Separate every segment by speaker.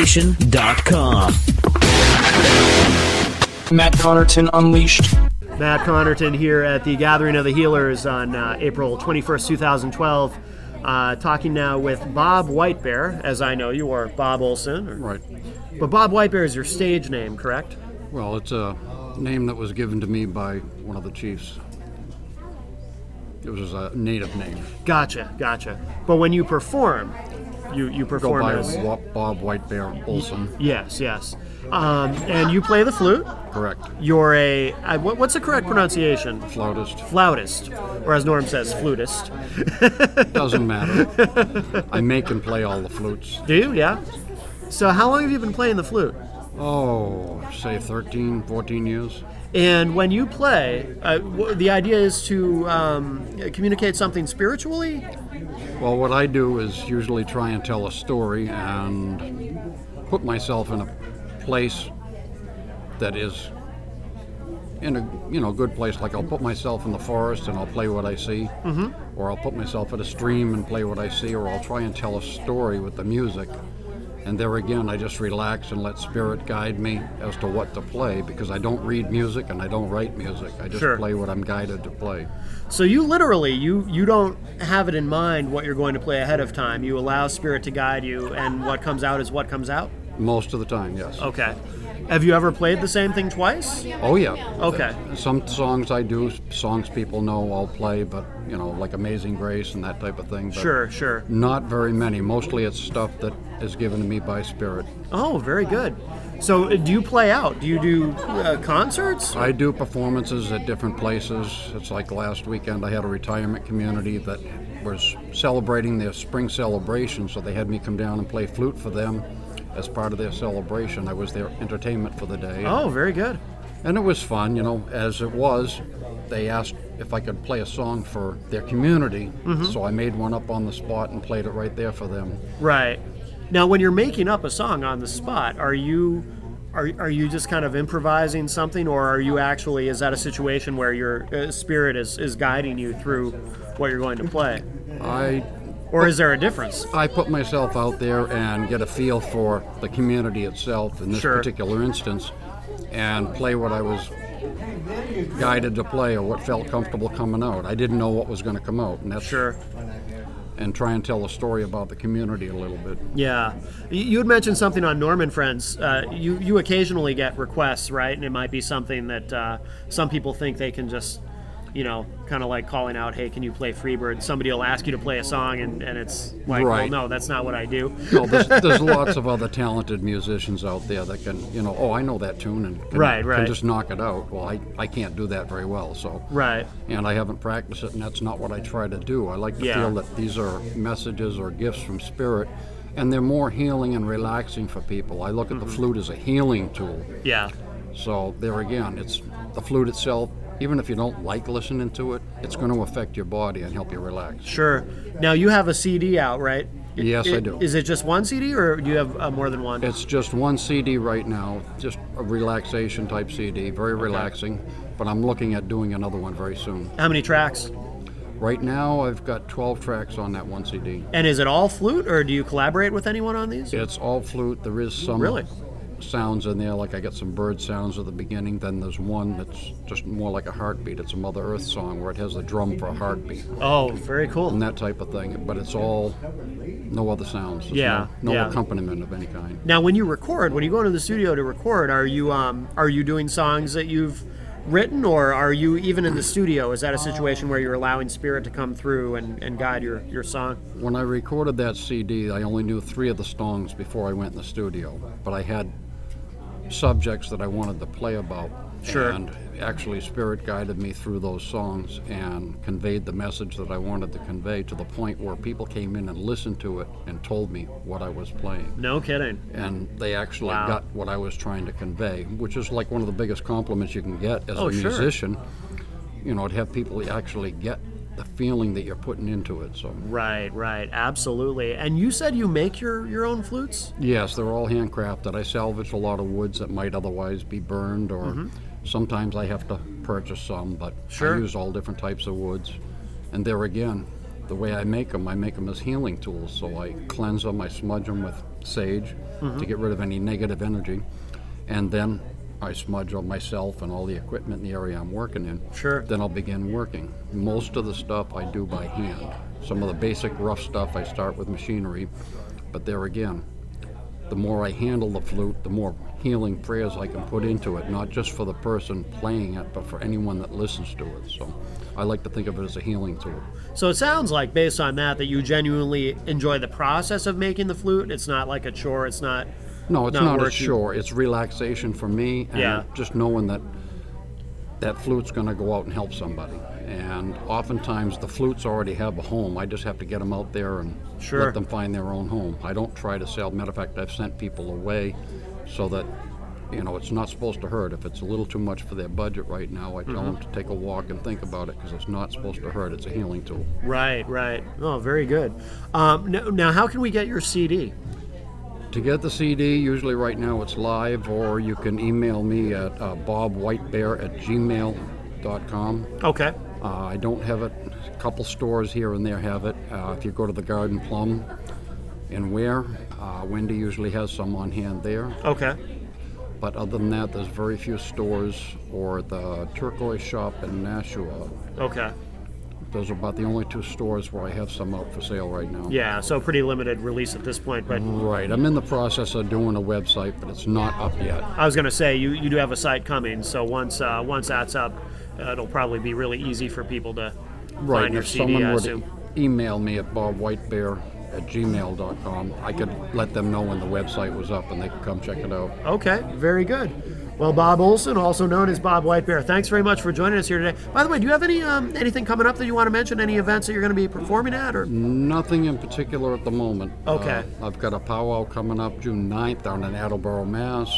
Speaker 1: IPMNation.com.
Speaker 2: Matt Connerton Unleashed.
Speaker 3: Matt Connerton here at the Gathering of the Healers on uh, April 21st, 2012. Uh, talking now with Bob Whitebear, as I know you, or Bob Olson. or-
Speaker 4: Right.
Speaker 3: But Bob Whitebear is your stage name, correct?
Speaker 4: Well, it's a name that was given to me by one of the chiefs. It was a native name.
Speaker 3: Gotcha, gotcha. But when you perform, you, you
Speaker 4: Go
Speaker 3: perform
Speaker 4: by
Speaker 3: as.
Speaker 4: Wa- Bob White Bear Olson.
Speaker 3: Yes, yes. Um, and you play the flute.
Speaker 4: Correct.
Speaker 3: You're a. I, what, what's the correct pronunciation?
Speaker 4: Flautist.
Speaker 3: Flautist, or as Norm says, flutist.
Speaker 4: Doesn't matter. I make and play all the flutes.
Speaker 3: Do you? Yeah. So, how long have you been playing the flute?
Speaker 4: Oh, say 13, 14 years.
Speaker 3: And when you play, uh, w- the idea is to um, communicate something spiritually.
Speaker 4: Well, what I do is usually try and tell a story and put myself in a place that is in a you know good place. Like I'll put myself in the forest and I'll play what I see, mm-hmm. or I'll put myself at a stream and play what I see, or I'll try and tell a story with the music. And there again, I just relax and let spirit guide me as to what to play because I don't read music and I don't write music. I just
Speaker 3: Sure.
Speaker 4: play what I'm guided to play.
Speaker 3: So you literally you you don't have it in mind what you're going to play ahead of time. You allow spirit to guide you, and what comes out is what comes out.
Speaker 4: Most of the time, yes.
Speaker 3: Okay. Have you ever played the same thing twice?
Speaker 4: Oh yeah.
Speaker 3: Okay.
Speaker 4: Some songs I do, songs people know I'll play, but you know, like Amazing Grace and that type of thing. But
Speaker 3: Sure, sure.
Speaker 4: Not very many. Mostly it's stuff that is given to me by spirit.
Speaker 3: Oh, very good. So, uh, do you play out? Do you do uh, concerts?
Speaker 4: I do performances at different places. It's like last weekend I had a retirement community that was celebrating their spring celebration, so they had me come down and play flute for them as part of their celebration. I was their entertainment for the day.
Speaker 3: Oh, very good.
Speaker 4: And it was fun, you know, as it was. They asked if I could play a song for their community,
Speaker 3: Mm-hmm.
Speaker 4: so I made one up on the spot and played it right there for them.
Speaker 3: Right. Now, when you're making up a song on the spot, are you are, are you just kind of improvising something, or are you actually is that a situation where your uh, spirit is is guiding you through what you're going to play,
Speaker 4: I
Speaker 3: or is there a difference?
Speaker 4: I put myself out there and get a feel for the community itself in this
Speaker 3: Sure.
Speaker 4: particular instance and play what I was guided to play or what felt comfortable coming out. I didn't know what was going to come out and that's
Speaker 3: Sure.
Speaker 4: and try and tell a story about the community a little bit.
Speaker 3: Yeah, Y- you had mentioned something on Norman Friends. Uh, you you occasionally get requests, right? And it might be something that uh, some people think they can just, you know, kind of like calling out, "Hey, can you play Freebird?" Somebody will ask you to play a song, and, and it's like,
Speaker 4: Right.
Speaker 3: "Well, no, that's not what I do."
Speaker 4: No, there's, there's lots of other talented musicians out there that can, you know, oh, I know that tune and can,
Speaker 3: Right,
Speaker 4: can
Speaker 3: right.
Speaker 4: just knock it out. Well, I, I can't do that very well, so.
Speaker 3: Right.
Speaker 4: And I haven't practiced it, and that's not what I try to do. I like to
Speaker 3: Yeah.
Speaker 4: feel that these are messages or gifts from spirit, and they're more healing and relaxing for people. I look at
Speaker 3: Mm-hmm.
Speaker 4: the flute as a healing tool.
Speaker 3: Yeah.
Speaker 4: So there again, it's the flute itself. Even if you don't like listening to it, it's going to affect your body and help you relax.
Speaker 3: Sure. Now you have a CD out, right? I-
Speaker 4: Yes, I
Speaker 3: i-
Speaker 4: do.
Speaker 3: Is it just one CD, or do you have uh, more than one?
Speaker 4: It's just one CD right now, just a relaxation type CD, very relaxing. But I'm looking at doing another one very soon.
Speaker 3: How many tracks?
Speaker 4: Right now, I've got 12 tracks on that one CD.
Speaker 3: And is it all flute, or do you collaborate with anyone on these?
Speaker 4: It's all flute. There is some
Speaker 3: Really?
Speaker 4: sounds in there. Like I get some bird sounds at the beginning. Then there's one that's just more like a heartbeat. It's a Mother Earth song where it has the drum for a heartbeat
Speaker 3: Oh, very cool.
Speaker 4: and that type of thing. But it's all no other sounds. There's
Speaker 3: Yeah,
Speaker 4: No, no
Speaker 3: yeah.
Speaker 4: accompaniment of any kind.
Speaker 3: Now, when you record, when you go into the studio to record, are you um are you doing songs that you've written, or are you even in the studio? Is that a situation where you're allowing spirit to come through and, and guide your your song?
Speaker 4: When I recorded that CD, I only knew three of the songs before I went in the studio, but I had subjects that I wanted to play about.
Speaker 3: Sure.
Speaker 4: And actually, Spirit guided me through those songs and conveyed the message that I wanted to convey to the point where people came in and listened to it and told me what I was playing.
Speaker 3: No kidding.
Speaker 4: And they actually
Speaker 3: Wow.
Speaker 4: got what I was trying to convey, which is like one of the biggest compliments you can get as
Speaker 3: Oh,
Speaker 4: a
Speaker 3: sure.
Speaker 4: musician. You know, to have people actually get the feeling that you're putting into it. So.
Speaker 3: Right, right, absolutely. And you said you make your your own flutes.
Speaker 4: Yes, they're all handcrafted. I salvage a lot of woods that might otherwise be burned, or sometimes I have to purchase some, but
Speaker 3: Mm-hmm. Sure.
Speaker 4: I use all different types of woods. And there again, the way I make them, I make them as healing tools. So I cleanse them, I smudge them with sage
Speaker 3: Mm-hmm.
Speaker 4: to get rid of any negative energy, and then I smudge on myself and all the equipment in the area I'm working in.
Speaker 3: Sure.
Speaker 4: Then I'll begin working. Most of the stuff I do by hand. Some of the basic rough stuff I start with machinery, but there again, the more I handle the flute, the more healing prayers I can put into it, not just for the person playing it, but for anyone that listens to it. So I like to think of it as a healing tool.
Speaker 3: So it sounds like, based on that, that you genuinely enjoy the process of making the flute. It's not like a chore. It's not.
Speaker 4: No, it's
Speaker 3: Not
Speaker 4: not, a
Speaker 3: working.
Speaker 4: chore. It's relaxation for me, and
Speaker 3: Yeah.
Speaker 4: just knowing that that flute's going to go out and help somebody. And oftentimes the flutes already have a home. I just have to get them out there and
Speaker 3: Sure.
Speaker 4: let them find their own home. I don't try to sell. Matter of fact, I've sent people away so that you know it's not supposed to hurt. If it's a little too much for their budget right now, I tell
Speaker 3: Mm-hmm.
Speaker 4: them to take a walk and think about it because it's not supposed to hurt. It's a healing tool.
Speaker 3: Right, right. Oh, very good. Um, now, now, how can we get your CD?
Speaker 4: To get the CD, usually right now it's live, or you can email me at uh, bobwhitebear at gmail.com.
Speaker 3: Okay.
Speaker 4: Uh, I don't have it. A couple stores here and there have it. Uh, if you go to the Garden Plum in Ware, uh, Wendy usually has some on hand there.
Speaker 3: Okay.
Speaker 4: But other than that, there's very few stores, or the Turquoise Shop in Nashua.
Speaker 3: Okay.
Speaker 4: Those are about the only two stores where I have some out for sale right now.
Speaker 3: Yeah. So pretty limited release at this point, but
Speaker 4: Right. I'm in the process of doing a website, but it's not up yet.
Speaker 3: I was gonna say you, you do have a site coming. So once uh, once that's up, uh, it'll probably be really easy for people to
Speaker 4: Right,
Speaker 3: find
Speaker 4: and
Speaker 3: your
Speaker 4: if
Speaker 3: CD.
Speaker 4: someone
Speaker 3: I
Speaker 4: were to
Speaker 3: assume.
Speaker 4: email me at bobwhitebear at gmail.com, I could let them know when the website was up and they could come check it out.
Speaker 3: Okay, very good. Well, Bob Olson, also known as Bob Whitebear, thanks very much for joining us here today. By the way, do you have any um, anything coming up that you want to mention? Any events that you're going to be performing at? Or
Speaker 4: Nothing in particular at the moment.
Speaker 3: Okay.
Speaker 4: Uh, I've got a powwow coming up June 9th down in Attleboro, Mass.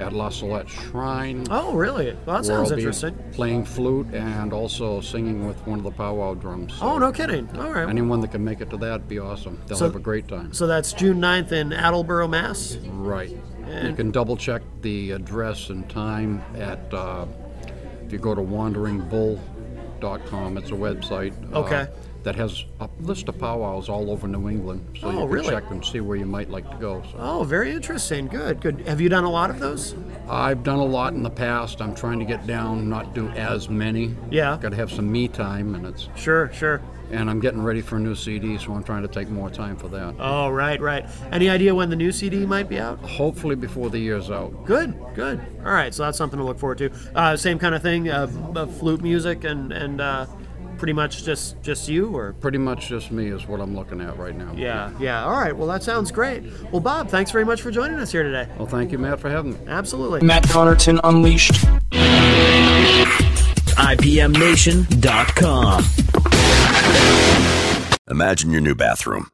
Speaker 4: at La Salette Shrine.
Speaker 3: oh, really? Well, that
Speaker 4: where I'll
Speaker 3: sounds
Speaker 4: be
Speaker 3: interesting.
Speaker 4: Playing flute and also singing with one of the powwow drums. So
Speaker 3: Oh, no kidding. All right.
Speaker 4: Anyone that can make it to that would be awesome. They'll
Speaker 3: So-
Speaker 4: have a great time.
Speaker 3: so that's June 9th in Attleboro, Mass.
Speaker 4: Right. You can double check the address and time at, uh, if you go to wanderingbull.com, it's a website. uh,
Speaker 3: Okay.
Speaker 4: That has a list of powwows all over New England, so you
Speaker 3: Oh,
Speaker 4: can
Speaker 3: really?
Speaker 4: check and see where you might like to go. So
Speaker 3: Oh, very interesting. Good, good. Have you done a lot of those?
Speaker 4: I've done a lot in the past. I'm trying to get down, not do as many.
Speaker 3: Yeah.
Speaker 4: Got to have some me time, and it's
Speaker 3: Sure, sure.
Speaker 4: and I'm getting ready for a new CD, so I'm trying to take more time for that.
Speaker 3: Oh, right, right. Any idea when the new CD might be out?
Speaker 4: Hopefully before the year's out.
Speaker 3: Good, good. All right, so that's something to look forward to. Uh, same kind of thing, uh, uh, flute music, and and uh, pretty much just just you, or
Speaker 4: Pretty much just me is what I'm looking at right now.
Speaker 3: yeah, yeah. All right, well that sounds great. Well, Bob, thanks very much for joining us here today.
Speaker 4: Well, thank you, Matt, for having me.
Speaker 3: Absolutely.
Speaker 2: Matt Donnerton Unleashed.
Speaker 1: IPMNation.com.
Speaker 5: Imagine your new bathroom,